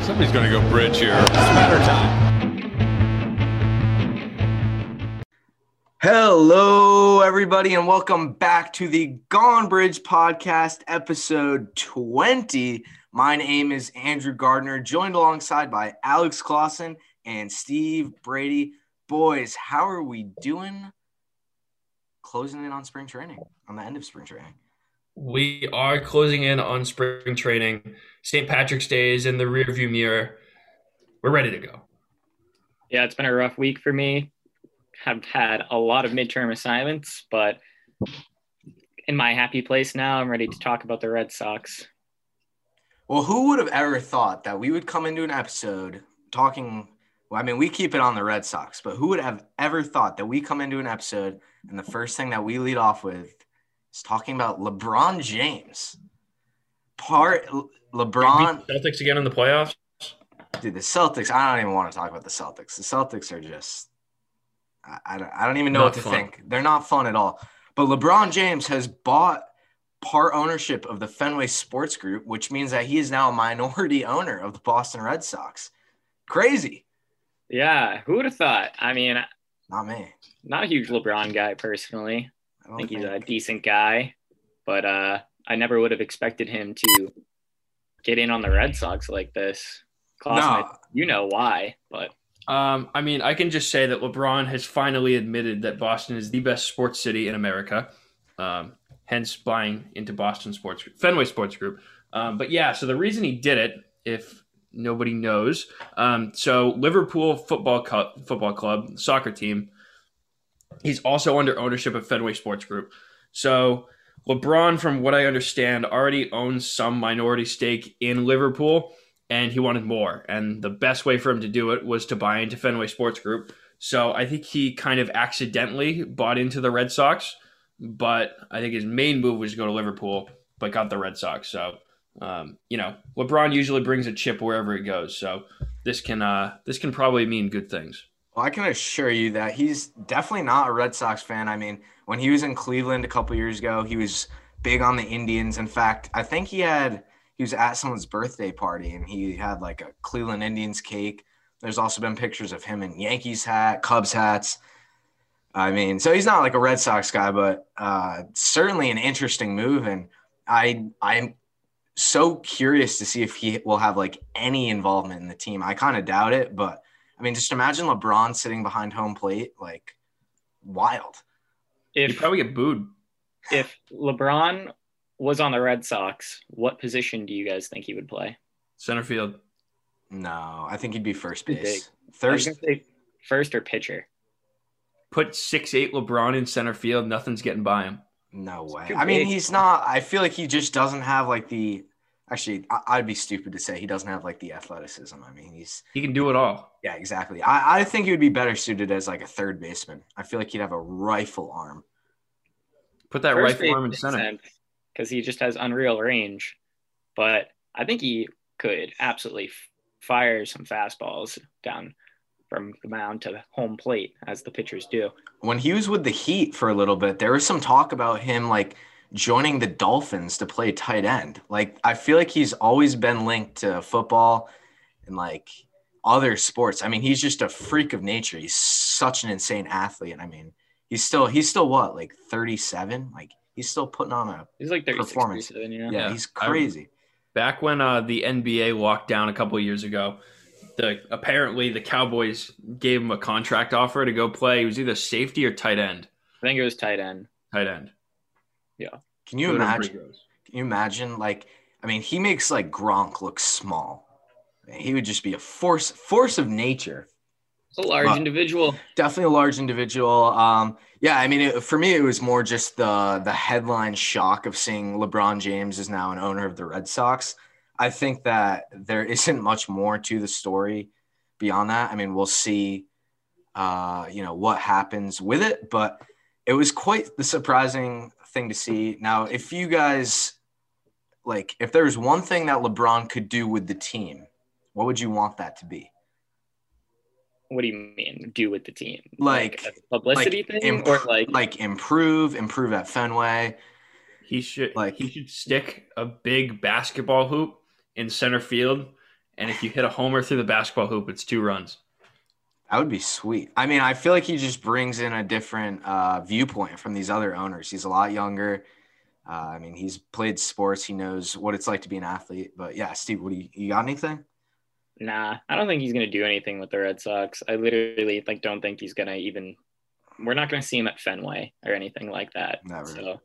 Somebody's going to go bridge here. Smatter time. Hello, everybody, and welcome back to the Gone Bridge Podcast, episode 20. My name is Andrew Gardner, joined alongside by Alex Clausen and Steve Brady. Boys, how are we doing? Closing in on spring training, on the end of spring training. We are closing in on spring training. St. Patrick's Day is in the rearview mirror. We're ready to go. Yeah, it's been a rough week for me. Have had a lot of midterm assignments, but in my happy place now, I'm ready to talk about the Red Sox. Well, who would have ever thought that we would come into an episode talking? Well, I mean, we keep it on the Red Sox, but who would have ever thought that we come into an episode and the first thing that we lead off with is talking about LeBron James? Part LeBron, Celtics again in the playoffs. dude, the Celtics. I don't even want to talk about the Celtics. The Celtics are just, I, I, don't, I don't even know Not what to fun. think. They're not fun at all. But LeBron James has bought part ownership of the Fenway Sports Group, which means that he is now a minority owner of the Boston Red Sox. Crazy. Yeah, who would have thought? I mean, Not me. not a huge LeBron guy personally. I don't I think he's a think- decent guy, but uh, I never would have expected him to get in on the Red Sox like this. Klausman, No. you know why, but Um, I mean, I can just say that LeBron has finally admitted that Boston is the best sports city in America. Um, hence, buying into Boston Sports Fenway Sports Group. Um, but yeah, so the reason he did it, if nobody knows, um, so Liverpool Football Club, Football Club soccer team. He's also under ownership of Fenway Sports Group. So LeBron, from what I understand, already owns some minority stake in Liverpool and he wanted more. And the best way for him to do it was to buy into Fenway Sports Group. So I think he kind of accidentally bought into the Red Sox, but I think his main move was to go to Liverpool, but got the Red Sox. So um, you know, LeBron usually brings a chip wherever he goes. So this can uh, this can probably mean good things. Well, I can assure you that he's definitely not a Red Sox fan. I mean, when he was in Cleveland a couple years ago, he was big on the Indians. In fact, I think he had he was at someone's birthday party and he had like a Cleveland Indians cake. There's also been pictures of him in Yankees hat, Cubs hats. I mean, so he's not like a Red Sox guy, but uh, certainly an interesting move. And I I'm so curious to see if he will have like any involvement in the team. I kind of doubt it, but I mean, just imagine LeBron sitting behind home plate, like wild. You if probably get booed. if LeBron was on the Red Sox, what position do you guys think he would play? Center field. No, I think he'd be first Too big. base. I was Thirst, gonna say first or pitcher. Put six eight LeBron in center field. Nothing's getting by him. no way. too I mean, big. he's not. I feel like he just doesn't have like the. Actually, I, I'd be stupid to say he doesn't have like the athleticism. I mean, he's He can do it all. yeah, exactly. I, I think he would be better suited as like a third baseman. I feel like he'd have a rifle arm. Put that rifle arm in center. because um, he just has unreal range. But I think he could absolutely f- fire some fastballs down from the mound to the home plate as the pitchers do. When he was with the Heat for a little bit, there was some talk about him like joining the Dolphins to play tight end. Like I feel like he's always been linked to football and like other sports. I mean, he's just a freak of nature. He's such an insane athlete. I mean, he's still he's still what like thirty seven. Like he's still putting on a He's like 36 Performance. 37, you know? yeah. Yeah, he's I- crazy. back when uh, the NBA locked down a couple of years ago, the apparently the Cowboys gave him a contract offer to go play. He was either safety or tight end. I think it was tight end. Tight end. Can you Two different imagine? free throws. Can you imagine? Like I mean, he makes like Gronk look small. He would just be a force force of nature. It's a large Wow. individual. definitely a large individual. Um, yeah, I mean, it, for me, it was more just the the headline shock of seeing LeBron James is now an owner of the Red Sox. I think that there isn't much more to the story beyond that. I mean, we'll see, uh, you know, what happens with it, but it was quite the surprising thing to see. Now, if you guys like, if there was one thing that LeBron could do with the team, what would you want that to be? What do you mean? Do with the team? Like- a publicity like, thing, imp- or like, Like improve, improve at Fenway. He should Like- like he should stick a big basketball hoop in center field And if you hit a homer through the basketball hoop, it's two runs. That would be sweet. I mean, I feel like he just brings in a different uh, viewpoint from these other owners. He's a lot younger. Uh, I mean, he's played sports. He knows what it's like to be an athlete. But yeah, Steve, what do you, you got anything? Nah, I don't think he's gonna do anything with the Red Sox. I literally like don't think he's gonna even. We're not gonna see him at Fenway or anything like that. Never. So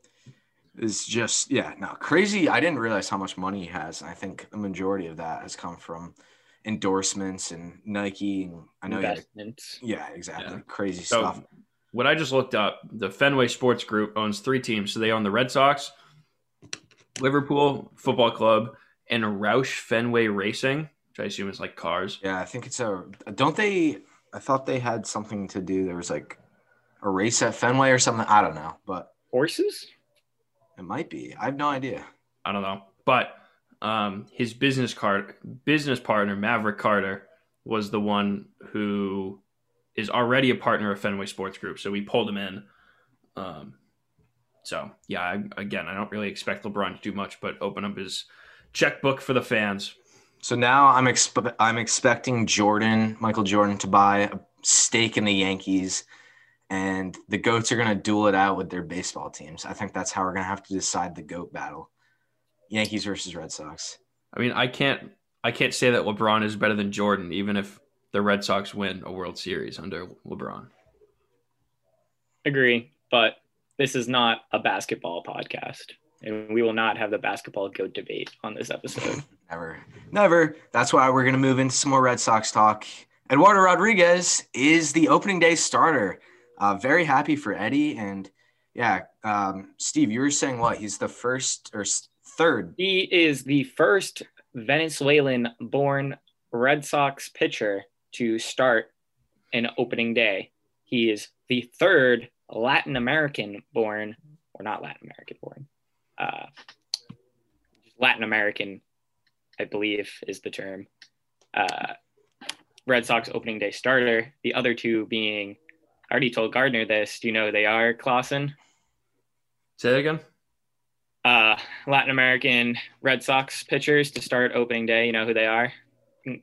It's just, yeah, no, crazy. I didn't realize how much money he has. And I think the majority of that has come from endorsements and Nike. And I know, he had- investments. yeah, exactly. Yeah. Crazy So- stuff. What I just looked up, the Fenway Sports Group owns three teams. So they own the Red Sox, Liverpool Football Club, and Roush Fenway Racing, which I assume is like cars. Yeah, I think it's a. Don't they? I thought they had something to do. There was like a race at Fenway or something. I don't know, but Horses? it might be. I have no idea. I don't know. But um, his business card business partner Maverick Carter was the one who is already a partner of Fenway Sports Group, so we pulled him in. Um, so yeah, I, again, I don't really expect LeBron to do much, but open up his checkbook for the fans. So now I'm expe- I'm expecting Jordan, Michael Jordan, to buy a stake in the Yankees, and the goats are gonna duel it out with their baseball teams. I think that's how we're gonna have to decide the goat battle: Yankees versus Red Sox. I mean, I can't I can't say that LeBron is better than Jordan, even if the Red Sox win a World Series under LeBron. Agree, but this is not a basketball podcast, and we will not have the basketball goat debate on this episode. Never, never. That's why we're going to move into some more Red Sox talk. Eduardo Rodriguez is the opening day starter. Uh, very happy for Eddie. And yeah, um, Steve, you were saying what? He's the first or s- third. he is the first Venezuelan-born Red Sox pitcher to start an opening day. He is the third Latin American-born, or not Latin American-born, uh, Latin American, I believe, is the term. Uh, Red Sox opening day starter. The other two being, I already told Gardner this. Do you know who they are, Clausen? Say that again. uh, Latin American Red Sox pitchers to start opening day. You know who they are?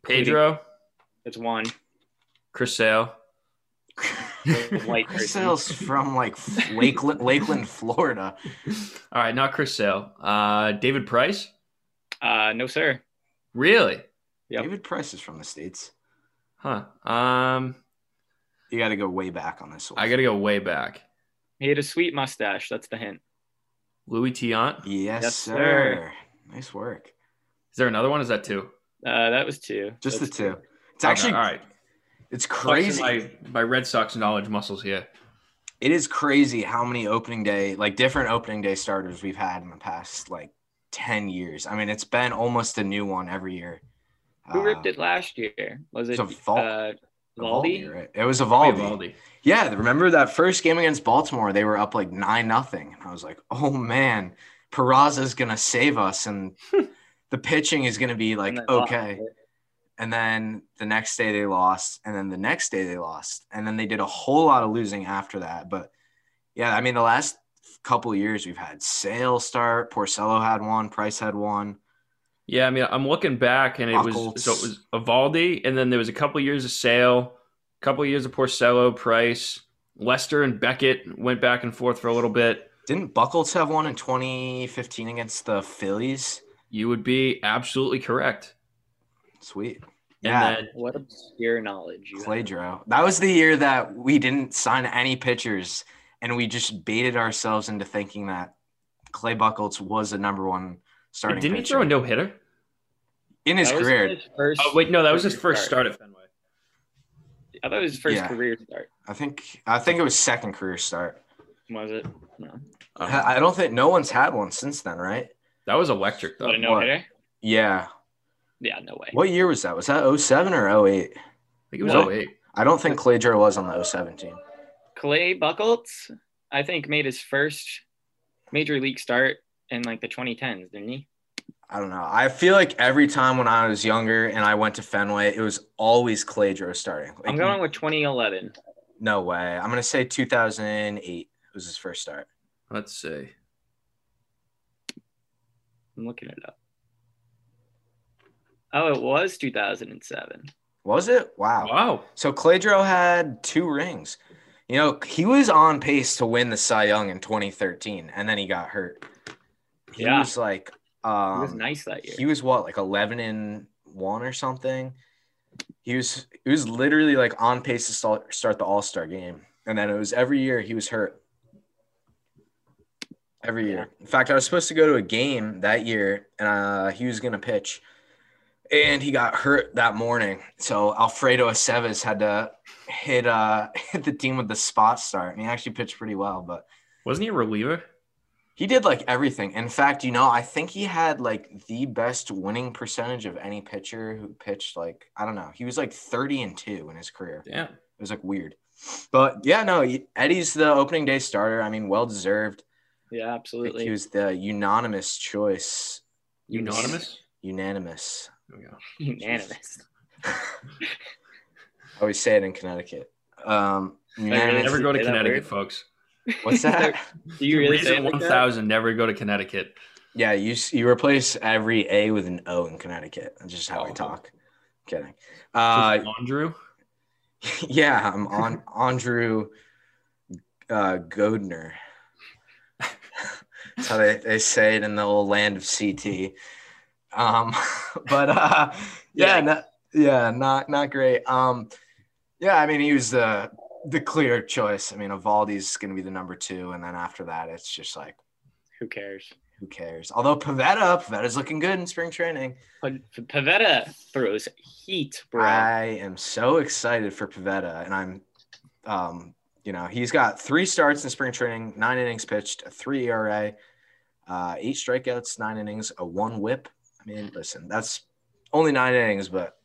Pedro, It's one. Chris Sale. white Chris person. Sale's from like Lakeland, Lakeland, Florida. All right, not Chris Sale. Uh, David Price. Uh, no, sir. Really? Yep. David Price is from the States. Huh. Um, You got to go way back on this one. I gotta go way back. He had a sweet mustache. That's the hint. Louis Tiant. Is Yes, Yes, sir. sir. Nice work. there another one? Is that two? Uh, that was two. Just That's the two. It's actually, Okay, all right. it's crazy. Flexing My, my Red Sox knowledge muscles here. it is crazy how many opening day like different opening day starters we've had in the past like 10 years i mean it's been almost a new one every year Who Uh, ripped it last year? Was it's it a vault- uh, Evaldi, Valdi? right? it was Evaldi. Eovaldi. yeah remember that first game against baltimore they were up like nine nothing and i was like oh man Peraza's gonna save us and the pitching is gonna be like And then lost okay it. and then the next day they lost and then the next day they lost and then they did a whole lot of losing after that but yeah i mean the last couple of years we've had sale start porcello had one price had one Yeah, I mean, I'm looking back, and it Buckles. was so it was Evaldi, and then there was a couple years of Sale, a couple years of Porcello, Price, Lester, and Beckett went back and forth for a little bit. didn't buckles have one in 2015 against the phillies You would be absolutely correct. sweet And yeah then What obscure knowledge you have. Pladro. that was the year that we didn't sign any pitchers and we just baited ourselves into thinking that clay buckles was the number one starting didn't he pitcher throw a no hitter? in his That was career his first, Oh wait, no, that was his first start at Fenway. I thought it was his first Yeah. career start. i think i think it was second career start Was it? No. Uh, I I don't think no one's had one since then, right? that was electric though. What a no hitter? Yeah. Yeah, no way. What year was that? Was that 07 or 08? I think it was What? 08. I don't think Cladro was on the 07 team. Clay Buckles, I think, made his first major league start in like the 2010s, didn't he? I don't know. I feel like every time when I was younger and I went to Fenway, it was always Cladro starting. Like, I'm going with 2011. No way. I'm going to say 2008 was his first start. Let's see. I'm looking it up. Oh, it was 2007. Was it? Wow. So Cladro had two rings. You know, he was on pace to win the Cy Young in 2013, and then he got hurt. He Yeah. was like, um, He was nice that year. He was what, like 11 and one or something. He was he was literally like on pace to start, start the All Star game, and then it was every year he was hurt. Every year. In fact, I was supposed to go to a game that year, and uh, he was gonna pitch, and he got hurt that morning. So Alfredo Aceves had to hit uh hit the team with the spot start, and he actually pitched pretty well, but. Wasn't he a reliever? He did like everything. In fact, you know, I think he had like the best winning percentage of any pitcher who pitched like I don't know. He was like 30 and 2 in his career. It Damn. was like weird. But yeah, no, Eddie's the opening day starter. I mean, well deserved. yeah, I think absolutely. he was the unanimous choice. Unanimous? Unanimous. There we go. Unanimous. I always say it in Connecticut. Um unanimous. Never go to Say that Connecticut, word. folks. What's that? Do you really say Reason it like that? 1000, never go to Connecticut. Yeah, you s- you replace every A with an O in Connecticut. That's just how I Oh. talk. Kidding. Uh, Andrew? Yeah, I'm on Andrew uh, Godner. That's how they, they say it in the old land of CT. Um, but uh, yeah, Yikes. no- yeah, not not great. Um, yeah, I mean he was the the clear choice. I mean Evaldi's going to be the number two, and then after that it's just like Who cares? who cares? Although Pavetta, Pavetta's looking good in spring training. Pa- Pavetta throws heat, bro. I am so excited for Pavetta, and I'm, um, you know, he's got three starts in spring training, nine innings pitched, a three ERA, uh, eight strikeouts, nine innings, a one WHIP. I mean, listen, that's only nine innings, but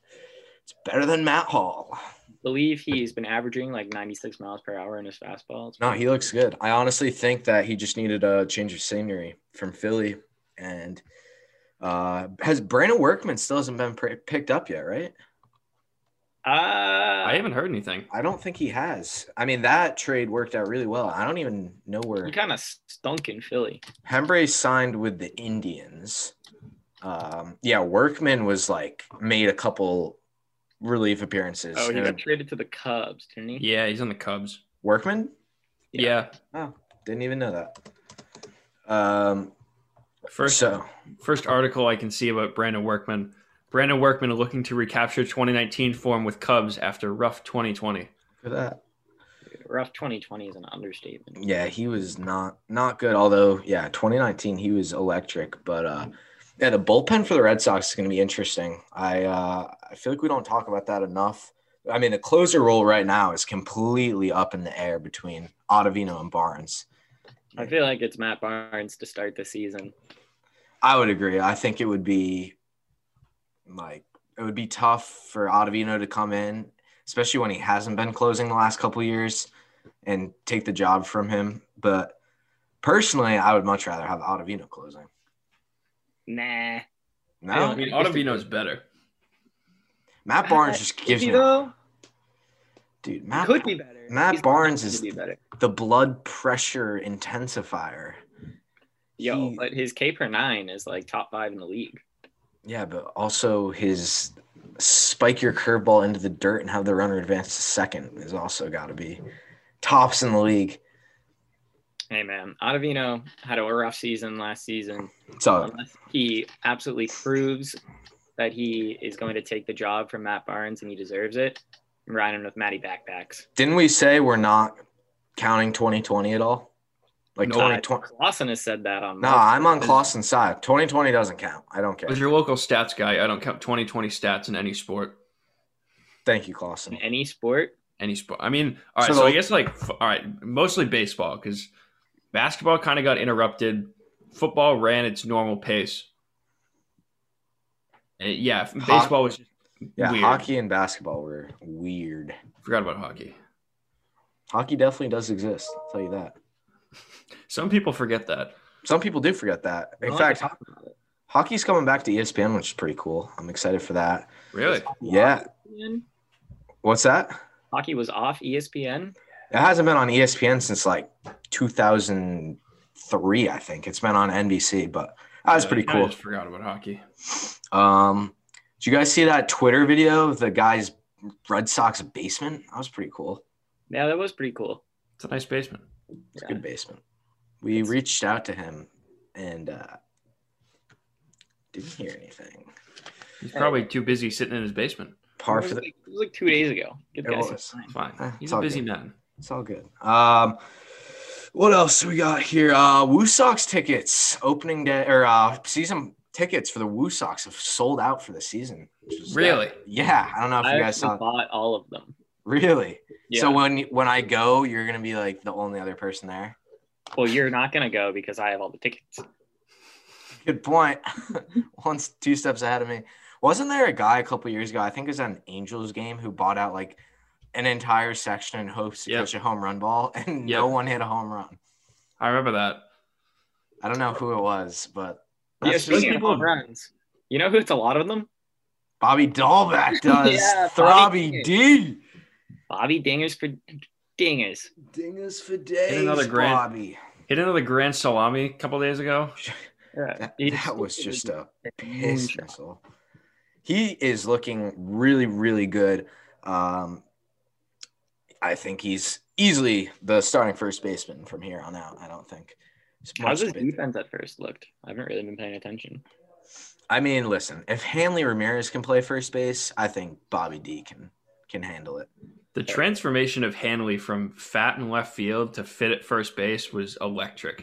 it's better than Matt Hall. believe he's been averaging like 96 miles per hour in his fastball. It's No, he looks good. I honestly think that he just needed a change of scenery from Philly, and uh, has Brandon Workman still hasn't been pr- picked up yet, right? Uh, I haven't heard anything. I don't think he has. I mean, that trade worked out really well. I don't even know where he kind of stunk in Philly. Hembre signed with the Indians. Um, yeah, Workman was like made a couple relief appearances. Oh, he And got traded to the Cubs, didn't he? Yeah, he's on the Cubs. Workman Yeah. Yeah. didn't even know that. Um, First so first article I can see about Brandon Workman. Brandon Workman looking to recapture 2019 form with Cubs after rough 2020. for that, Rough 2020 is an understatement. yeah, he was not not good. Although, yeah, 2019 he was electric, but uh, yeah, the bullpen for the Red Sox is going to be interesting. I uh, I feel like we don't talk about that enough. I mean, the closer role right now is completely up in the air between Ottavino and Barnes. I feel like it's Matt Barnes to start the season. I would agree. I think it would be like it would be tough for Ottavino to come in, especially when he hasn't been closing the last couple of years, and take the job from him. But personally, I would much rather have Ottavino closing. Nah. I No, mean, Ottavino's better. Matt Barnes just Could gives be, me, though. dude. Matt Could be better. Matt He's Barnes could is- be better. the blood pressure intensifier. Yo, he- but his K per nine is like top five in the league. Yeah, but also his spike your curveball into the dirt and have the runner advance to second is also got to be tops in the league. Hey man, Ottavino had a rough season last season. So Unless he absolutely proves that he is going to take the job from Matt Barnes and he deserves it, I'm riding with Matty backpacks. didn't we say we're not counting 2020 at all? Like No, Uh, 2020. Lawson has said that on. No, I'm on Clausen's side. 2020 doesn't count. I don't As care. your local stats guy, I don't count 2020 stats in any sport. Thank you, in Clausen. any sport. Any sport. I mean, all right. So So, the- I guess like, f- all right, mostly baseball because basketball kind of got interrupted. Football ran its normal pace. Uh, yeah, baseball was. Just, Yeah, Weird. hockey and basketball were weird. forgot about hockey. Hockey definitely does exist. I'll tell you that. Some people forget that. Some people do forget that. I In like fact, to talk about it. hockey's coming back to E ESPN, which is pretty cool. I'm excited for that. Really? Yeah. ESPN? What's that? hockey was off E ESPN. It hasn't been on E ESPN since like 2003, I think. It's been on NBC, but that was Yeah, pretty I cool. just forgot about hockey. Um, Did you guys see that Twitter video of the guy's Red Sox basement? That was pretty cool. Yeah, that was pretty cool. It's a nice basement. It's Yeah. a good basement. We It's- reached out to him and uh, didn't hear anything. He's Eh. probably too busy sitting in his basement. Par it, was for the like, it was like two days ago. Give It the guy some was. time. Fine. Eh, it's He's a all busy good. man. It's all good. Um, what else we got here? Uh, Woo Sox tickets opening day or uh, season tickets for the Woo Sox have sold out for the season. which is- Really? Yeah, I don't know if I you guys actually saw. bought all of them. Really? Yeah. So when when I go, you're gonna be like the only other person there. well, you're not gonna go because I have all the tickets. Good point. One's two steps ahead of me. Wasn't there a guy a couple years ago? I think it was at an Angels game who bought out like an entire section in hopes to Yep. catch a home run ball, and no Yep. one hit a home run. I remember that. I don't know who it was, but Yeah, That's- those speaking of people- home runs, you know who hits a lot of them? Bobby Dahlbeck does. Yeah, Bobby Throbby D. Bobby Dingers for Dingers. Dingus for days. another grand- Bobby. Hit another grand salami a couple days ago. Yeah. That, He that was just a piss moonshot. missile. He is looking really, really good. Um, I think he's easily the starting first baseman from here on out. I don't think. it's much How's his debate. defense at first looked? I haven't really been paying attention. I mean, listen, if Hanley Ramirez can play first base, I think Bobby D can can handle it. The transformation of Hanley from fat in left field to fit at first base was electric.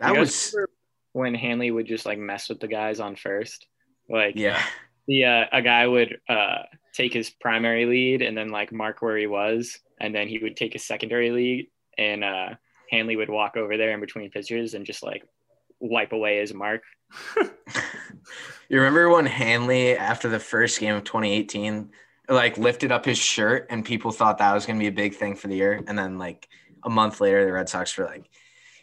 That You guys was remember when Hanley would just like mess with the guys on first. Like yeah. the uh, a guy would uh, take his primary lead and then like mark where he was, and then he would take his secondary lead, and uh, Hanley would walk over there in between pitches and just like wipe away his mark. You remember when Hanley, after the first game of 2018, like lifted up his shirt and people thought that was going to be a big thing for the year? And then, like, a month later, the Red Sox were like,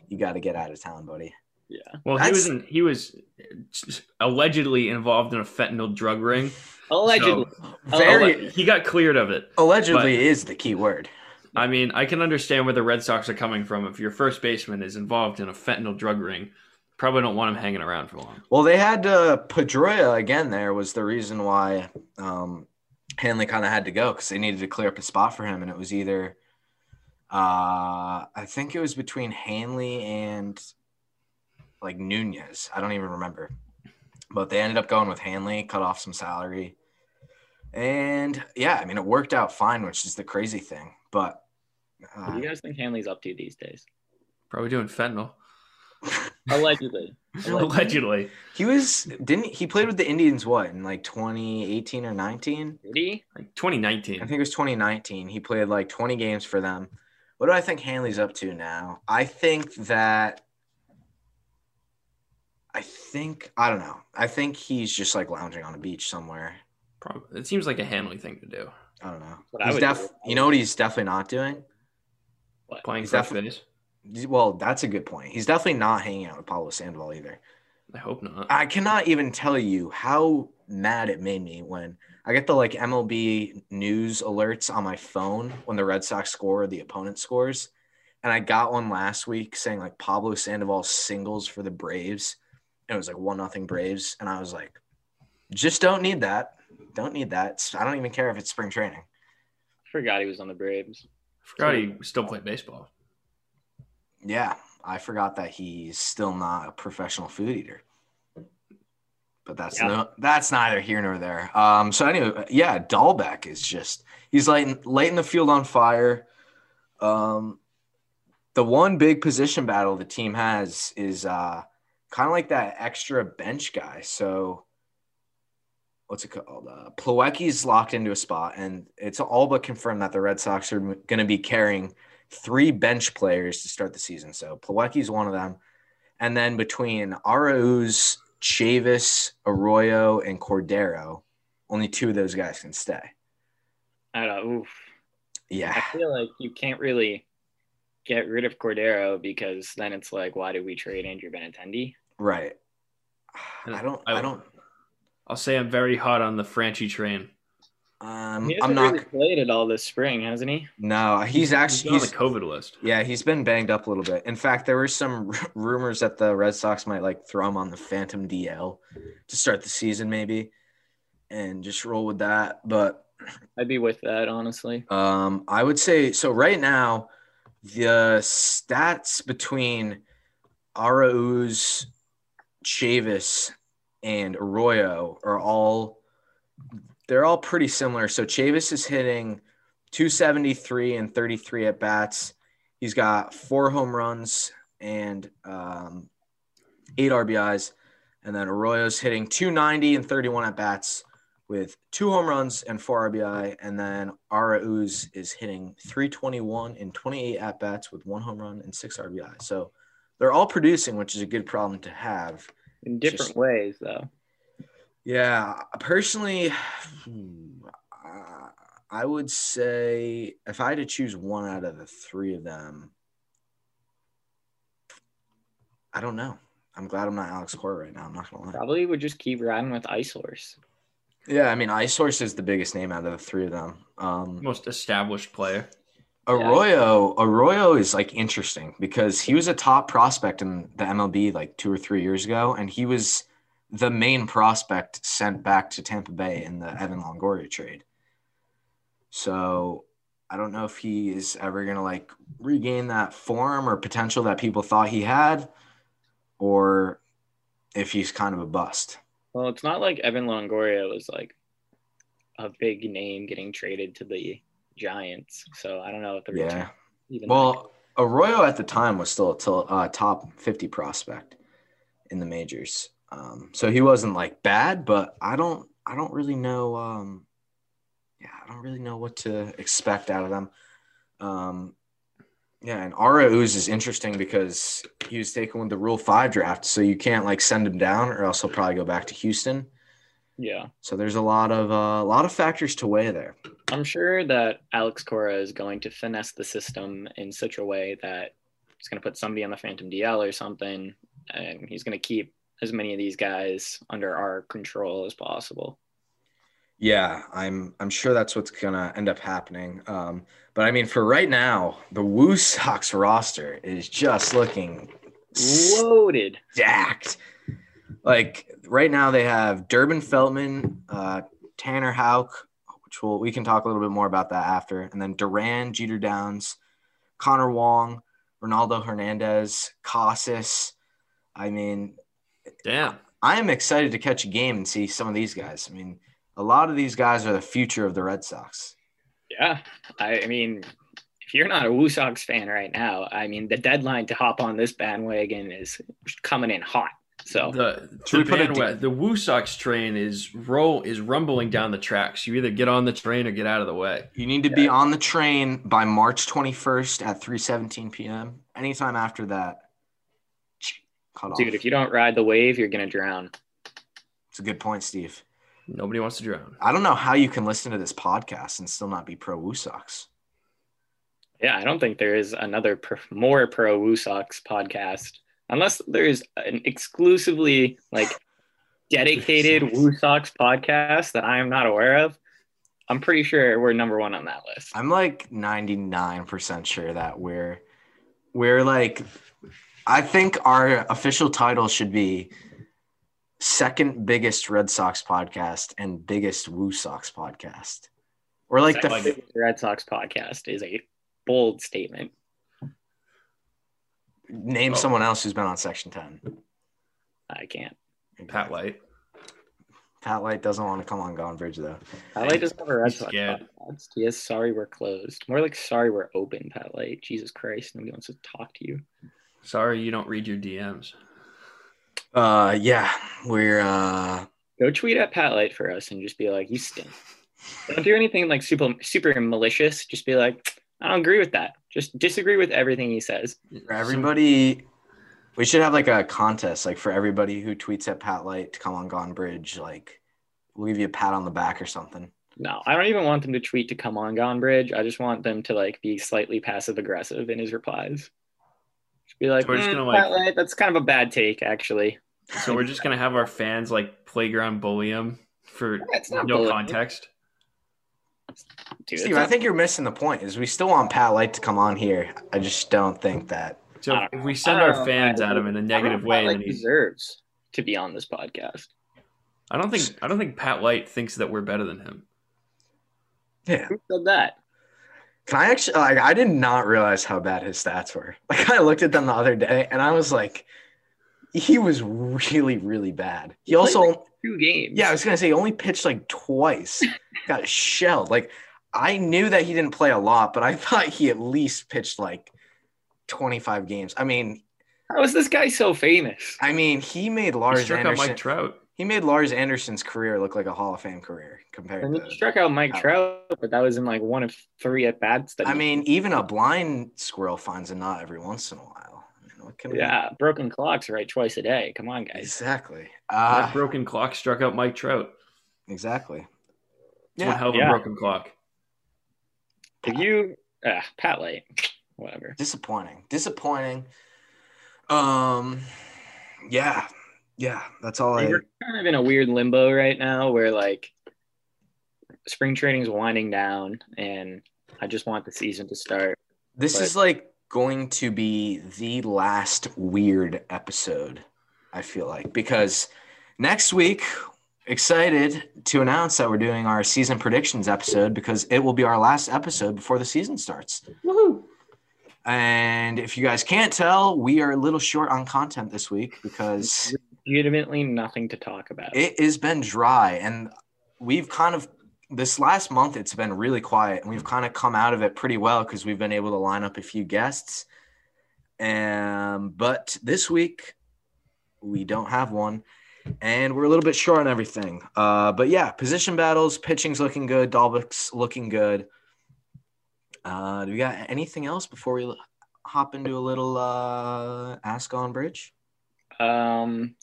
you got to get out of town, buddy. Well, he That's- was in, he was allegedly involved in a fentanyl drug ring. Allegedly, Very He got cleared of it. allegedly is the key word. I mean, I can understand where the Red Sox are coming from. If your first baseman is involved in a fentanyl drug ring, probably don't want him hanging around for long. Well, they had uh, Pedroia again, there was the reason why um, Hanley kind of had to go because they needed to clear up a spot for him. And it was either, uh, I think it was between Hanley and like Nunez. I don't even remember. But they ended up going with Hanley, cut off some salary. And yeah, I mean, it worked out fine, which is the crazy thing. But what uh, do you guys think Hanley's up to these days? Probably doing fentanyl. Allegedly, Allegedly. he was, didn't he played with the Indians what in like 2018 or 19? did he? Like I 2019. think it was 2019. He played like 20 games for them. What do I think Hanley's up to now? I think that I think I don't know. I think he's just like lounging on a beach somewhere. Probably. It seems like a Hanley thing to do. I don't know. What I He's would def- do. you know what he's definitely not doing? Playing He's first definitely- base. Well, that's a good point. He's definitely not hanging out with Pablo Sandoval either. I hope not. I cannot even tell you how mad it made me when I get the like MLB news alerts on my phone when the Red Sox score or the opponent scores. And I got one last week saying like Pablo Sandoval singles for the Braves. And it was like one nothing Braves. And I was like, just don't need that. Don't need that. It's- I don't even care if it's spring training. Forgot he was on the Braves. forgot he still played baseball. Yeah. I forgot that he's still not a professional food eater. But that's Yeah. no, that's neither here nor there. Um, so anyway, yeah, Dahlbeck is just he's lighting lighting the field on fire. Um, the one big position battle the team has is uh, kind of like that extra bench guy. So what's it called? Uh, Plawecki's locked into a spot, and it's all but confirmed that the Red Sox are going to be carrying three bench players to start the season. So Plawecki's one of them, and then between Arauz, Chavis, Arroyo, and Cordero, only two of those guys can stay. I don't. Oof. I Yeah, feel like you can't really get rid of Cordero because then it's like, why did we trade Andrew Benintendi? right. I don't. I don't. I'll say I'm very hot on the Franchi train. Um, He hasn't I'm not. really played at all this spring, hasn't he? No, he's He's actually. on the He's, COVID list. yeah, he's been banged up a little bit. In fact, there were some r- rumors that the Red Sox might like throw him on the Phantom DL to start the season, maybe. and just roll with that. But I'd be with that honestly. um, I would say so. Right now, the stats between Arauz, Chavis, and Arroyo are all they're all pretty similar. So Chavis is hitting 273 and 33 at bats. He's got four home runs and um, eight RBIs. And then Arroyo's hitting 290 and 31 at bats with two home runs and four RBI. And then Arauz is hitting 321 and 28 at bats with one home run and six RBI. So they're all producing, which is a good problem to have. In different Just- ways though. Yeah, personally, hmm, I- I would say if I had to choose one out of the three of them, I don't know. I'm glad I'm not Alex Cora right now. I'm not gonna lie. Probably would just keep riding with Ice Horse. Yeah, I mean, Isource is the biggest name out of the three of them. Um, Most established player. Arroyo, Arroyo is like interesting because he was a top prospect in the MLB like two or three years ago, and he was the main prospect sent back to Tampa Bay in the Evan Longoria trade. So I don't know if he is ever gonna like regain that form or potential that people thought he had, or if he's kind of a bust. Well, it's not like Evan Longoria was like a big name getting traded to the Giants. So I don't know if the return Yeah. even Well, Arroyo at the time was still a to- uh, top 50 prospect in the majors. Um, so he wasn't like bad, but I don't, I don't really know. Um, yeah, I don't really know what to expect out of them. Um, yeah, and Arauz is interesting because he was taken with the Rule Five draft, so you can't like send him down, or else he'll probably go back to Houston. yeah. So there's a lot of uh, a lot of factors to weigh there. I'm sure that Alex Cora is going to finesse the system in such a way that he's going to put somebody on the Phantom DL or something, and he's going to keep as many of these guys under our control as possible. Yeah, I'm I'm sure that's what's gonna end up happening. Um, but I mean, for right now, the Woo Sox roster is just looking Loaded. stacked. Like right now, they have Durbin Feltman, uh, Tanner Houck, which we'll, we can talk a little bit more about that after, and then Duran, Jeter Downs, Connor Wong, Ronaldo Hernandez, Casas. I mean, Damn. I am excited to catch a game and see some of these guys. I mean, a lot of these guys are the future of the Red Sox. Yeah. I, I mean, if you're not a Woo Sox fan right now, I mean, the deadline to hop on this bandwagon is coming in hot. So The Should the, we put a bandwa- the Woo Sox train is roll is rumbling down the tracks. You either get on the train or get out of the way. You need to be on the train by March 21st at 3:17 p.m. Anytime after that, cut off. dude, if you don't ride the wave, you're going to drown. it's a good point, Steve. Nobody wants to drown. I don't know how you can listen to this podcast and still not be pro Woo Sox. Yeah, I don't think there is another pro, more pro Woo Sox podcast, unless there is an exclusively like dedicated Woo Sox podcast that I am not aware of. I'm pretty sure we're number one on that list. I'm like 99% sure that we're we're like I think our official title should be second biggest Red Sox podcast and biggest Woo Sox podcast. Or like the Second biggest Red Sox podcast is a bold statement. name Oh. someone else who's been on section 10. I can't. Pat Light. Pat Light doesn't want to come on Gone Bridge though. Pat Light doesn't have a Red He's Sox scared. podcast. He is sorry we're closed. More like sorry we're open, Pat Light. Jesus Christ, nobody wants to talk to you. Sorry, you don't read your DMs. Uh yeah, we're uh go tweet at Pat Light for us and just be like, you stink. Don't do anything like super super malicious. Just be like, I don't agree with that. Just disagree with everything he says. for everybody we should have like a contest like for everybody who tweets at Pat Light to come on Gone Bridge like we'll give you a pat on the back or something. No, I don't even want them to tweet to come on Gone Bridge. I just want them to like be slightly passive aggressive in his replies. Just be like, So we're just "Mm, gonna, Pat like- Light, that's kind of a bad take, actually. So we're just gonna have our fans like playground bully him for It's not no bullying. context. Dude, Steve, it's I think you're missing the point. Is we still want Pat Light to come on here. I just don't think that. So I don't if we I send don't our know, fans man. at him in a not- I don't negative know if way, Pat then Light he's deserves to be on this podcast. I don't think I don't think Pat White thinks that we're better than him. Yeah. Who said that? Can I actually like I did not realize how bad his stats were. Like I looked at them the other day and I was like, he was really, really bad. He played, like, also Two games. yeah, I was gonna say he only pitched like twice, got shelled. Like I knew that he didn't play a lot, but I thought he at least pitched like 25 games. I mean, How is this guy so famous? I mean, he made He Lars struck out Mike Anderson. Trout. He made Lars Anderson's career look like a Hall of Fame career compared And to he struck out Mike Trout, but that was in like one of three at bats. That I he- mean, even a blind squirrel finds a knot every once in a while. I mean, what can we- yeah, broken clocks right twice a day. Come on, guys. Exactly. That Ah. Uh, broken clock struck out Mike Trout. exactly. It's One Yeah. hell of a Yeah. broken clock. If you, uh, Pat Light, whatever. Disappointing. Disappointing. Um. Yeah. Yeah. That's all I. We're kind of in a weird limbo right now where like spring training's winding down and I just want the season to start. This but- is like going to be the last weird episode. I feel like because next week, excited to announce that we're doing our season predictions episode because it will be our last episode before the season starts. Woohoo! And if you guys can't tell, we are a little short on content this week because Legitimately nothing to talk about. it has been dry and we've kind of this last month it's been really quiet and we've kind of come out of it pretty well because we've been able to line up a few guests um, but this week we don't have one and we're a little bit short on everything uh, but yeah position battles pitching's looking good dalbeck's looking good uh, do we got anything else before we hop into a little uh, ask on bridge Um,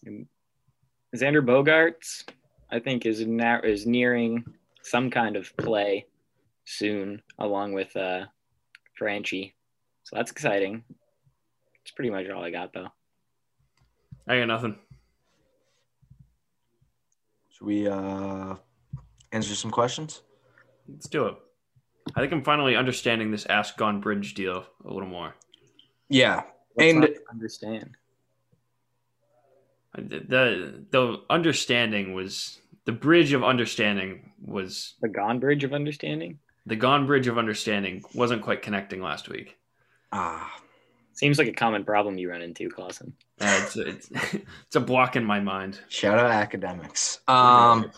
Xander Bogarts, I think, is now is nearing some kind of play soon, along with uh, Franchi. So that's exciting. It's pretty much all I got though. I got nothing. should we uh, answer some questions Let's do it. I think I'm finally understanding this Ask Gone Bridge deal a little more. Yeah. Let's And- not understand. The the understanding was the bridge of understanding was The Gone Bridge of Understanding the Gone Bridge of understanding wasn't quite connecting last week. Ah, seems like a common problem you run into, Clausen. Uh, it's, it's it's a block in my mind. shout out academics. Um,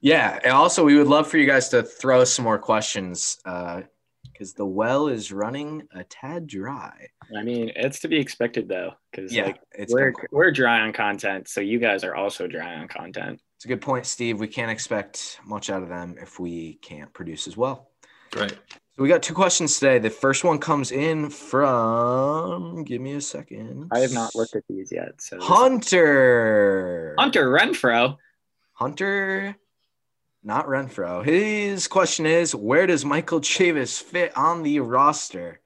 yeah. And also, we would love for you guys to throw us some more questions because the well is running a tad dry. I mean, it's to be expected though, because Yeah, like it's, we're been- we're dry on content, so you guys are also dry on content. it's a good point, Steve. We can't expect much out of them if we can't produce as well. right. So we got two questions today. The first one comes in from. Give me a second. I have not looked at these yet, so this- Hunter. Hunter Renfro. Hunter, not Renfro. His question is Where does Michael Chavis fit on the roster?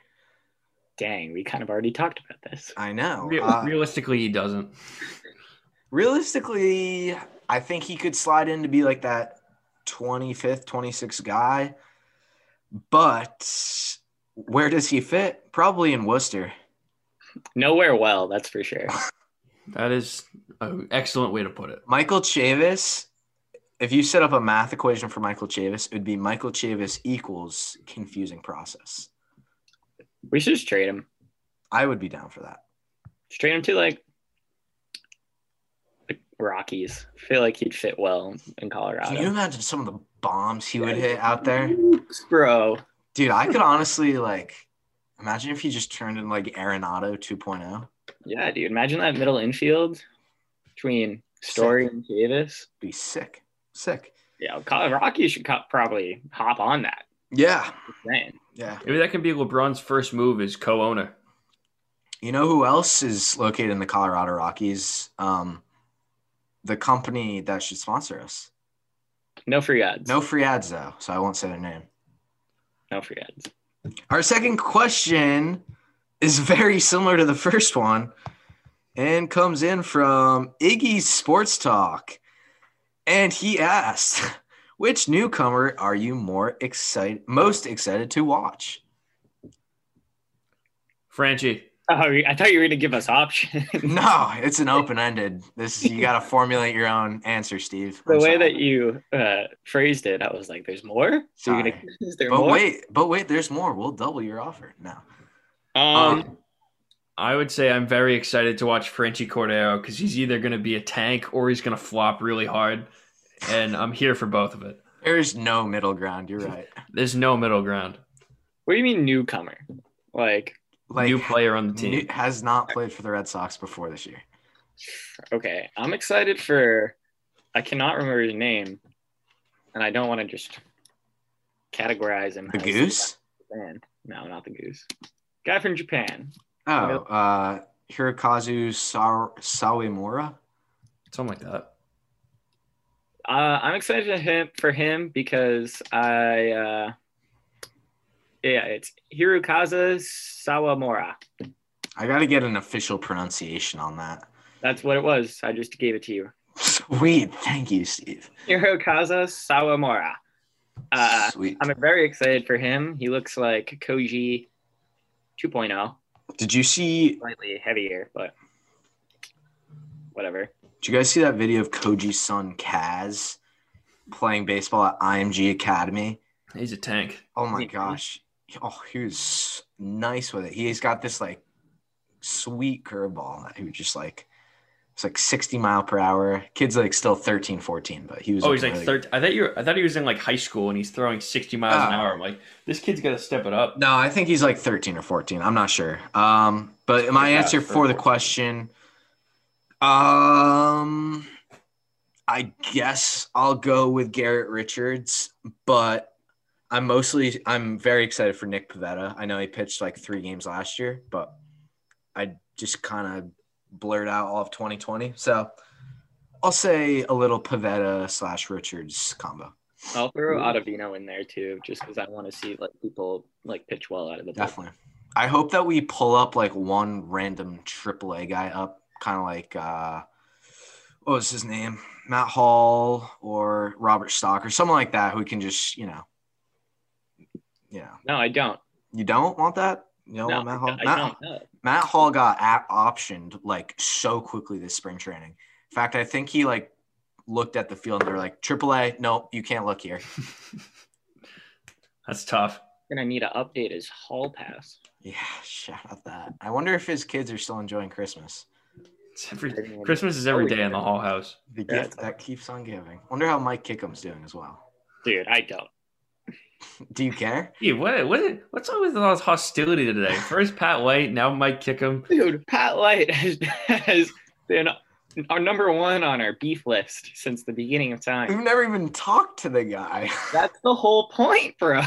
Dang, we kind of already talked about this. I know. Re- Uh, realistically, he doesn't. realistically, I think he could slide in to be like that 25th, 26th guy. But where does he fit? Probably in Worcester. Nowhere well, that's for sure. That is an excellent way to put it. Michael Chavis, if you set up a math equation for Michael Chavis, it would be Michael Chavis equals confusing process. We should just trade him. I would be down for that. Just trade him to like the Rockies. I feel like he'd fit well in Can you Colorado. imagine some of the bombs he would hit out there? Oops, Bro, Dude, I could honestly like imagine if he just turned in like Arenado oh. 2.0. yeah, dude. Imagine that middle infield between Story and Davis. Be sick. Sick. Yeah, Col- Rockies should co- probably hop on that. Yeah. Man, Yeah. Maybe that can be LeBron's first move as co-owner. You know who else is located in the Colorado Rockies? Um the company that should sponsor us. no free ads. No free ads though, so I won't say their name. no free ads. Our second question is very similar to the first one and comes in from Iggy Sports Talk. And he asked, which newcomer are you more excited most excited to watch? Franchi, Oh, I thought you were going to give us options. No, it's an open ended. This you got to formulate your own answer, Steve. the I'm way sorry. that you uh, phrased it, I was like, "There's more." So you're gonna, is there But more? wait, but wait, there's more. We'll double your offer. No. um, I would say I'm very excited to watch Franchi Cordero because he's either going to be a tank or he's going to flop really hard, and I'm here for both of it. There's no middle ground. You're right. There's no middle ground. what do you mean newcomer? Like, Like New player on the team. new- has not played for the Red Sox before this year. okay, I'm excited for. I cannot remember his name, and I don't want to just categorize him. The as Goose? Japan. No, not the goose. Guy from Japan. Oh, uh, Hirokazu Sa- Sawamura. Something like that. Uh, I'm excited to him, for him because I. Uh, yeah, it's Hirokazu Sawamura. I got to get an official pronunciation on that. That's what it was. I just gave it to you. Sweet. Thank you, Steve. Hirokazu Sawamura. Uh, Sweet. I'm very excited for him. He looks like Koji 2.0, Did you see? slightly heavier, but whatever. Did you guys see that video of Koji's son Kaz playing baseball at IMG Academy? He's a tank. Oh my Yeah. gosh. Oh, he was nice with it. He's got this like sweet curveball that he was just like, it's like 60 mile per hour. Kid's like still 13, 14, but he was. Oh, he's like looking really- third. I thought you. Were, I thought he was in like high school and he's throwing 60 miles an Ah. hour. I'm like, this kid's got to step it up. No, I think he's like 13 or 14. I'm not sure. Um, but my Yeah, answer third, for the fourth. question, um, I guess I'll go with Garrett Richards, but I'm mostly I'm very excited for Nick Pavetta. I know he pitched like three games last year, but I just kind of blurred out all of 2020. So I'll say a little Pavetta slash Richards combo. I'll throw Ottavino in there too, just because I want to see like people like pitch well out of the bullpen. Definitely. I hope that we pull up like one random AAA guy up, kind of like uh, what was his name, Matt Hall or Robert Stock or someone like that, who can just you know, you know, No, I don't. you don't want that. You don't No, want Matt Hall. I Matt, don't. No. Matt Hall got a- optioned like so quickly this spring training. In fact, I think he like looked at the field and they were like, AAA, nope, you can't look here. That's tough. Gonna need to update his hall pass. Yeah, shout out that. I wonder if his kids are still enjoying Christmas. It's every, Christmas is every day in the Hall House. The Yeah. gift that keeps on giving. Wonder how Mike Kickham's doing as well. Dude, I don't. Do you care? Hey, what, what, what's up with all this hostility today? First Pat White, now Mike Kickham. Dude, Pat Light has, has been our number one on our beef list since the beginning of We've time. never even talked to the guy. That's the whole point, bro.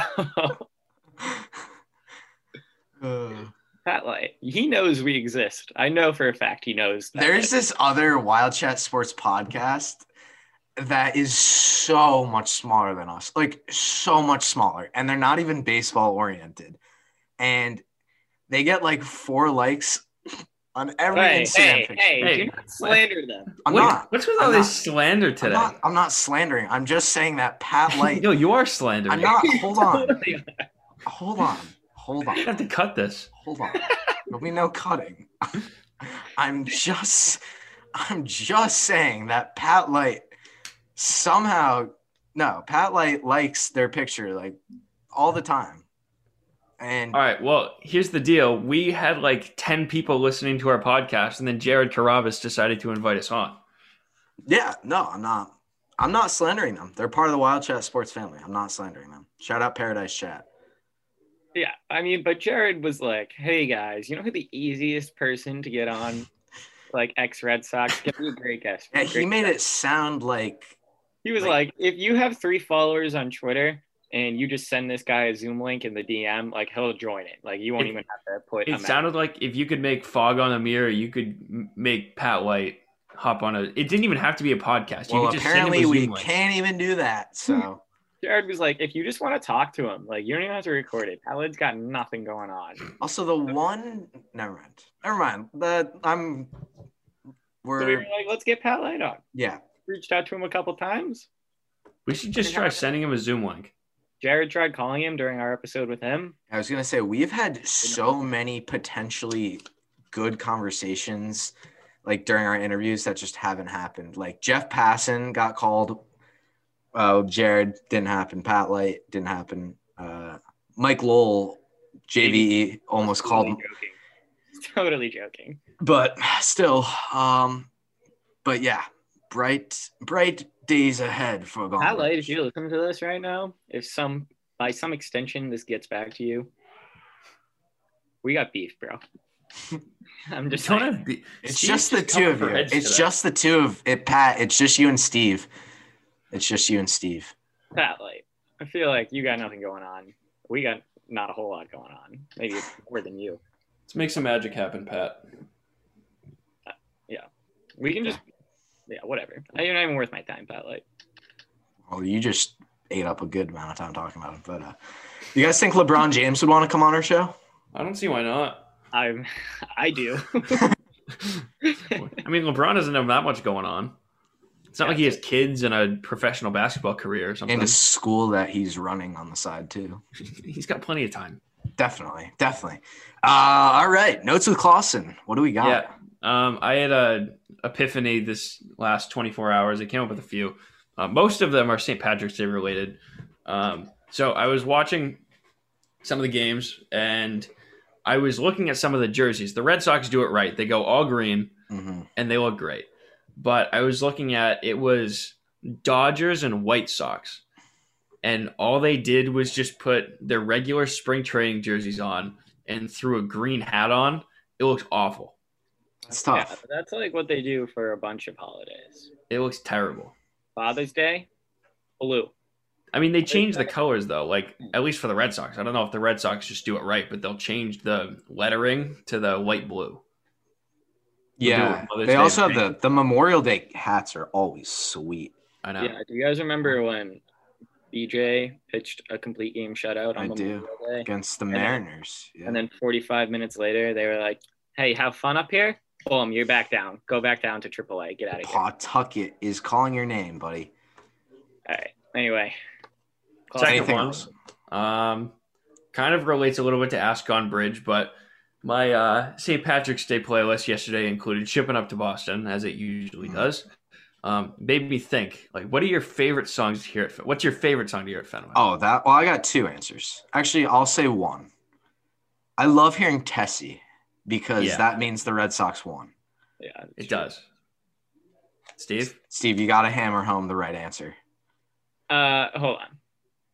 Uh, Pat Light, he knows we exist. I know for a fact he knows. that. There's this other Wild Chat Sports podcast that is so much smaller than us, like so much smaller, and they're not even baseball oriented, and they get like four likes on every Hey, Instagram hey, picture. hey, Hey. do not slander them. I'm What- not. What's with I'm all this not. slander I'm today? not. I'm not slandering. I'm just saying that Pat Light. no, you are slandering. I'm not. Hold on. Totally. Hold on. Hold You have to on. cut this. Hold on. There'll be no cutting. I'm just I'm just saying that Pat Light somehow no, Pat Light likes their picture like all the time. And All right. Well, here's the deal. We had like 10 people listening to our podcast, and then Jared Carabas decided to invite us on. yeah, no, I'm not I'm not slandering them. They're part of the Wild Chat Sports family. I'm not slandering them. Shout out Paradise Chat. Yeah, I mean, but Jared was like, "Hey guys, you know who the easiest person to get on, like ex Red Sox? Give me a great guest." Yeah, he Great made guest." it sound like He was like, "If you have three followers on Twitter and you just send this guy a Zoom link in the DM, like he'll join it. Like you won't It- even have to put." It amount." sounded like if you could make fog on a mirror, you could m- make Pat White hop on a. It didn't even have to be a podcast. You well, could just send him a apparently we Zoom link. can't even do that. So Jared was like, "If you just want to talk to him, like you don't even have to record it. Palad's got nothing going on." Also, the one. Never mind. Never mind. That I'm. So we We're were like, "Let's get Palad on." yeah. Reached out to him a couple times. We should just try sending him a Zoom link. Jared tried calling him during our episode with him. I was gonna say we've had so many potentially good conversations like during our interviews that just haven't happened. Like Jeff Passan got called. Uh, Jared didn't happen. Pat Light didn't happen. Uh, Mike Lowell, JVE almost called, him, Totally joking. Totally joking. but still. Um, but yeah, bright bright days ahead for Gone. Pat Light, Bird. if you're listening to this right now, if some by some extension this gets back to you, we got beef, bro. I'm just Don't saying. have be- It's Steve just the just two covered of her you. head It's today. just the two of it, Pat. It's just you and Steve. It's just you and Steve. Pat Light. I feel like you got nothing going on. We got not a whole lot going on. Maybe it's more than you. let's make some magic happen, Pat. We can just yeah, whatever. You're not even worth my time, Pat Light. Well, you just ate up a good amount of time talking about him. But uh, you guys think LeBron James would want to come on our show? I don't see why not. I'm I do. I mean, LeBron doesn't have that much going on. It's not like he has kids and a professional basketball career or something. And a school that he's running on the side too. He's got plenty of time. Definitely, definitely. Uh, all right, notes with Clausen. What do we got? Yeah. Um, I had a epiphany this last 24 hours. I came up with a few. Uh, most of them are St. Patrick's Day related. Um, so I was watching some of the games and I was looking at some of the jerseys. The Red Sox do it right. They go all green hmm and they look great. But I was looking at it was Dodgers and White Sox. And all they did was just put their regular spring training jerseys on and threw a green hat on. It looks awful. That's yeah, tough. that's like what they do for a bunch of holidays. It looks terrible. Father's Day, blue. I mean, they changed the colors though, like at least for the Red Sox. I don't know if the Red Sox just do it right, but they'll change the lettering to the light blue. Yeah, Mother's they Day also have thing. the the Memorial Day hats are always sweet. I know. Yeah. Do you guys remember when BJ pitched a complete game shutout on I the do. Memorial Day? against the then- Mariners. Yeah. And then 45 minutes later, they were like, "Hey, have fun up here." Boom, you're back down. Go back down to AAA. Get out of here. All Pawtucket is calling your name, buddy. right. Anyway, Call Second Anything one. else? Um, kind of relates a little bit to Ask on Bridge, but my uh, St. Patrick's Day playlist yesterday included shipping up to Boston, as it usually Mhm. does. Um, made me think, like, what are your favorite songs here at? Fen- What's your favorite song to hear at Fenway? Oh, that. Well, I got two answers. Actually, I'll say one. I love hearing Tessie because Yeah. that means the Red Sox won. yeah, it does. Steve, Steve, you got to hammer home the right answer. Uh, hold on.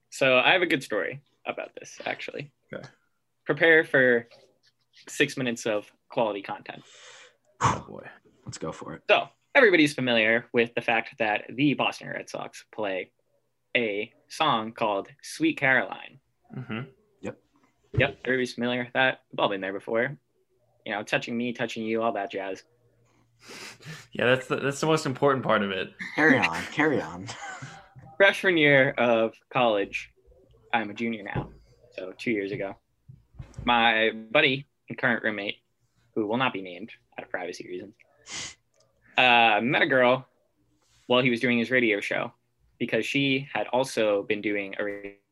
So I have a good story about this actually. Okay. Prepare for six minutes of quality content. oh boy, Let's go for it. So everybody's familiar with the fact that the Boston Red Sox play a song called "Sweet Caroline." hmm Yep, everybody's familiar with that. We've all been there before. You know, touching me, touching you, all that jazz. yeah, that's the, that's the most important part of it. Carry on. carry on. Freshman year of college, I'm a junior now, so two years ago. My buddy and current roommate, who will not be named out of privacy reasons, uh, met a girl while he was doing his radio show because she had also been doing a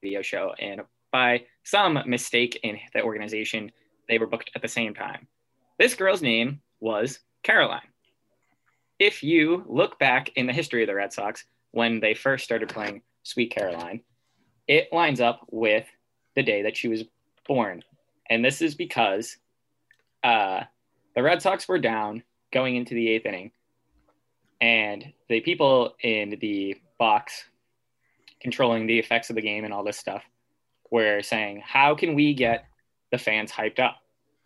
radio show. And by some mistake in the organization, they were booked at the same time. This girl's name was Caroline. If you look back in the history of the Red Sox, when they first started playing Sweet Caroline, it lines up with the day that she was born. And this is because uh, the Red Sox were down going into the eighth inning. And the people in the box controlling the effects of the game and all this stuff were saying, how can we get the fans hyped up?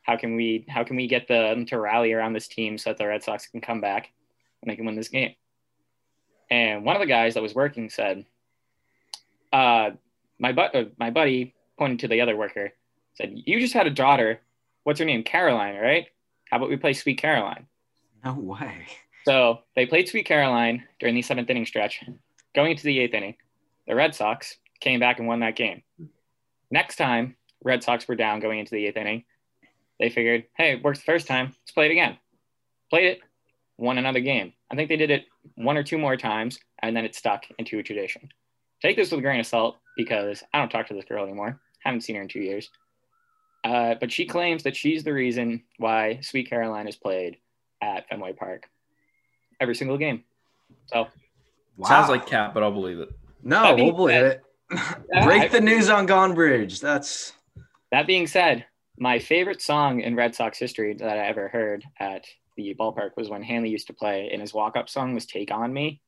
How can we how can we get them to rally around this team so that the Red Sox can come back and they can win this game? And one of the guys that was working said, uh, my, bu- uh, my buddy pointed to the other worker, said, You just had a daughter. What's her name? Caroline, right? How about we play Sweet Caroline? No way. So they played Sweet Caroline during the seventh inning stretch. Going into the eighth inning, the Red Sox came back and won that game. Next time, Red Sox were down going into the eighth inning. They figured, hey, it worked the first time. Let's play it again. Played it, won another game. I think they did it one or two more times, and then it stuck into a tradition. Take this with a grain of salt because I don't talk to this girl anymore. Haven't seen her in two years. Uh, but she claims that she's the reason why Sweet Caroline is played at Fenway Park every single game. So Wow. Sounds like cap, but I'll believe it. no, That we'll being believe it. Yeah, I- Break the news on Gone Bridge. That's That being said, my favorite song in Red Sox history that I ever heard at the ballpark was when Hanley used to play, and his walk-up song was "Take on Me,"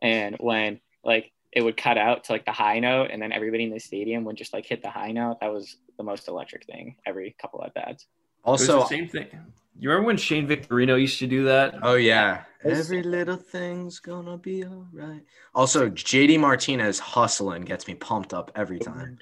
and when like it would cut out to like the high note, and then everybody in the stadium would just like hit the high note. That was the most electric thing every couple at bats. it also was the same thing. You remember when Shane Victorino used to do that? Oh yeah. It's- Every little thing's gonna be all right. Also, JD Martinez hustling gets me pumped up every time.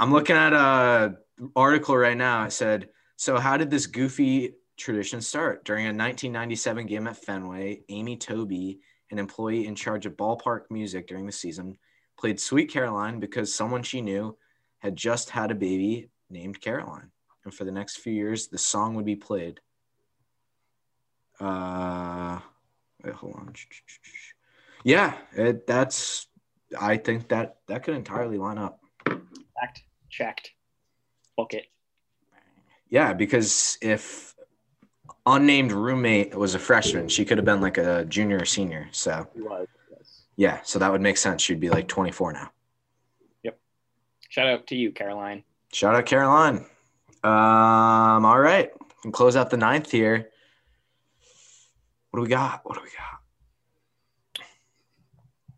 I'm looking at a article right now. It said, "So how did this goofy tradition start? During a 1997 game at Fenway, Amy Toby, an employee in charge of ballpark music during the season, played Sweet Caroline because someone she knew had just had a baby named Caroline, and for the next few years, the song would be played." Uh, wait, hold on. Yeah, it, that's. I think that that could entirely line up. Fact checked. Book it. Yeah, because if unnamed roommate was a freshman, she could have been like a junior or senior. So He was. yes. yeah, so that would make sense. She'd be like 24 now. Shout out to you, Caroline. Shout out Caroline. Um, all right, we can close out the ninth here. What do we got? What do we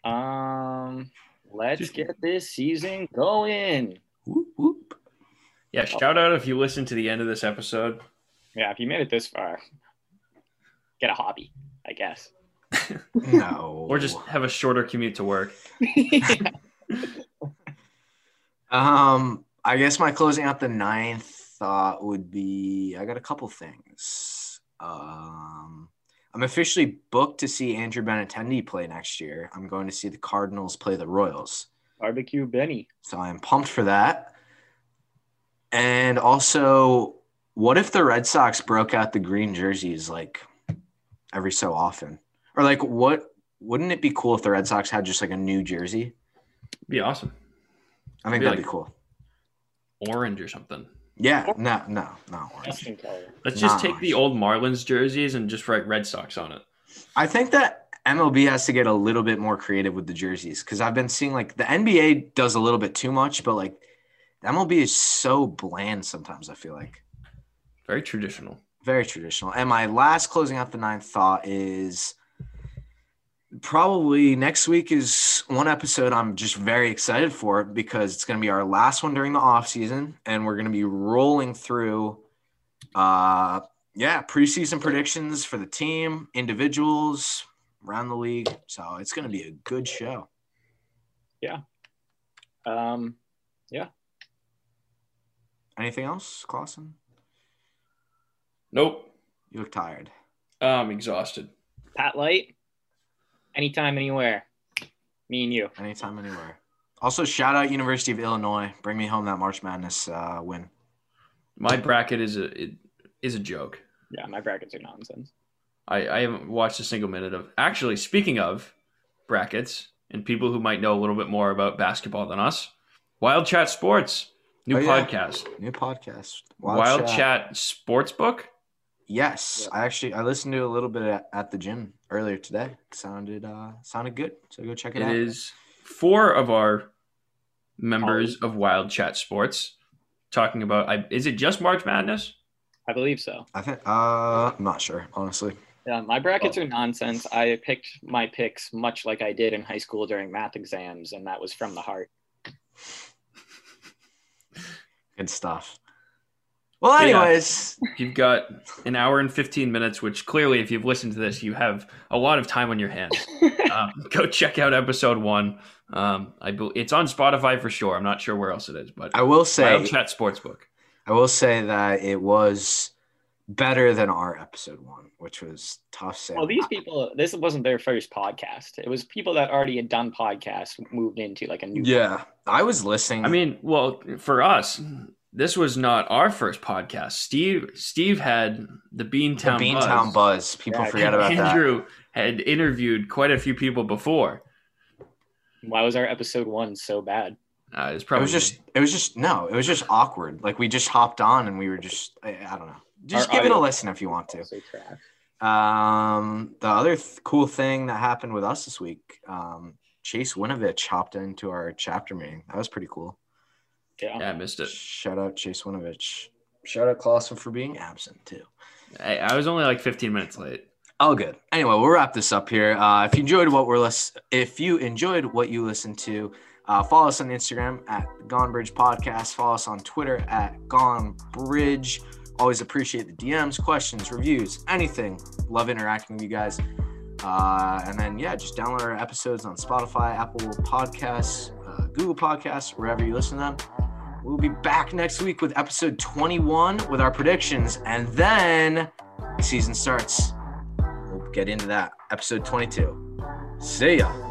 got? Um, let's get this season going. Whoop whoop. Yeah, shout out if you listen to the end of this episode. Yeah, if you made it this far, get a hobby, I guess. No. Or just have a shorter commute to work. Um, I guess my closing out the ninth thought would be I got a couple things. Um, I'm officially booked to see Andrew Benatendi play next year. I'm going to see the Cardinals play the Royals. Barbecue Benny. So I am pumped for that. And also, what if the Red Sox broke out the green jerseys like every so often? Or like what wouldn't it be cool if the Red Sox had just like a new jersey? Be awesome. I think Be that'd like- be cool. Orange or something. Yeah, no, no, no. orange. Justin Keller. Let's just Nah. take the old Marlins jerseys and just write Red Sox on it. I think that MLB has to get a little bit more creative with the jerseys because I've been seeing like the NBA does a little bit too much, but like the MLB is so bland sometimes. I feel like Very traditional. very traditional. And my last closing out the ninth thought is probably next week is one episode I'm just very excited for because it's going to be our last one during the off season, and we're going to be rolling through, uh, yeah, preseason predictions for the team, individuals around the league. So it's going to be a good show. Um, Anything else, Clausen? Nope. You look tired. I'm exhausted. Pat Light, anytime, anywhere. Me and you. Anytime, anywhere. Also, shout out University of Illinois. Bring me home that March Madness uh, win. My bracket is a it is a joke. Yeah, my brackets are nonsense. I, I haven't watched a single minute of. Actually, speaking of brackets and people who might know a little bit more about basketball than us, Wild Chat Sports, new Oh, yeah. podcast. New podcast. Wild, Chat. Sports Book. Yes, I actually I listened to a little bit at, at the gym earlier today. Sounded uh sounded good. So go check it, It out. is four of our members of Wild Chat Sports talking about. I, is it just March Madness? I believe so. I think uh I'm not sure, honestly. Yeah, my brackets are nonsense. I picked my picks much like I did in high school during math exams, and that was from the heart. Good stuff. Well, Yeah. anyways, You've got an hour and 15 minutes, which clearly, if you've listened to this, you have a lot of time on your hands. um, go check out episode one. Um, I bel it's on Spotify for sure. I'm not sure where else it is, but I will Wild say Chat Sportsbook. I will say that it was better than our episode one, which was tough sailing. Well, Oh, these people, this wasn't their first podcast. It was people that already had done podcasts moved into like a new. yeah. I was listening. I mean, well, for us, this was not our first podcast. Steve Steve had the the Beantown Beantown Buzz. Buzz. People Yeah, forget about that. Andrew had interviewed quite a few people before. Why was our episode one so bad? Uh, it's It probably was just, it was just, no, it was just awkward. Like we just hopped on and we were just, I, I don't know. Just Our give it a audio- listen if you want to. So trash. Um, the other th- cool thing that happened with us this week, um, Chase Winovich hopped into our chapter meeting. That was pretty cool. Yeah. yeah, I missed it. Shout out Chase Winovich. Shout out Clausen for being absent too. I, I was only like 15 minutes late. All good. Anyway, we'll wrap this up here. Uh, if you enjoyed what we're lis- if you enjoyed what you listened to, uh, follow us on Instagram at Gonebridge Podcast. Follow us on Twitter at Gonebridge. Always appreciate the DMs, questions, reviews, anything. Love interacting with you guys. Uh, and then yeah, just download our episodes on Spotify, Apple Podcasts, uh, Google Podcasts, wherever you listen to them. We'll be back next week with episode 21 with our predictions, and then season starts. We'll get into that. Episode 22. See ya.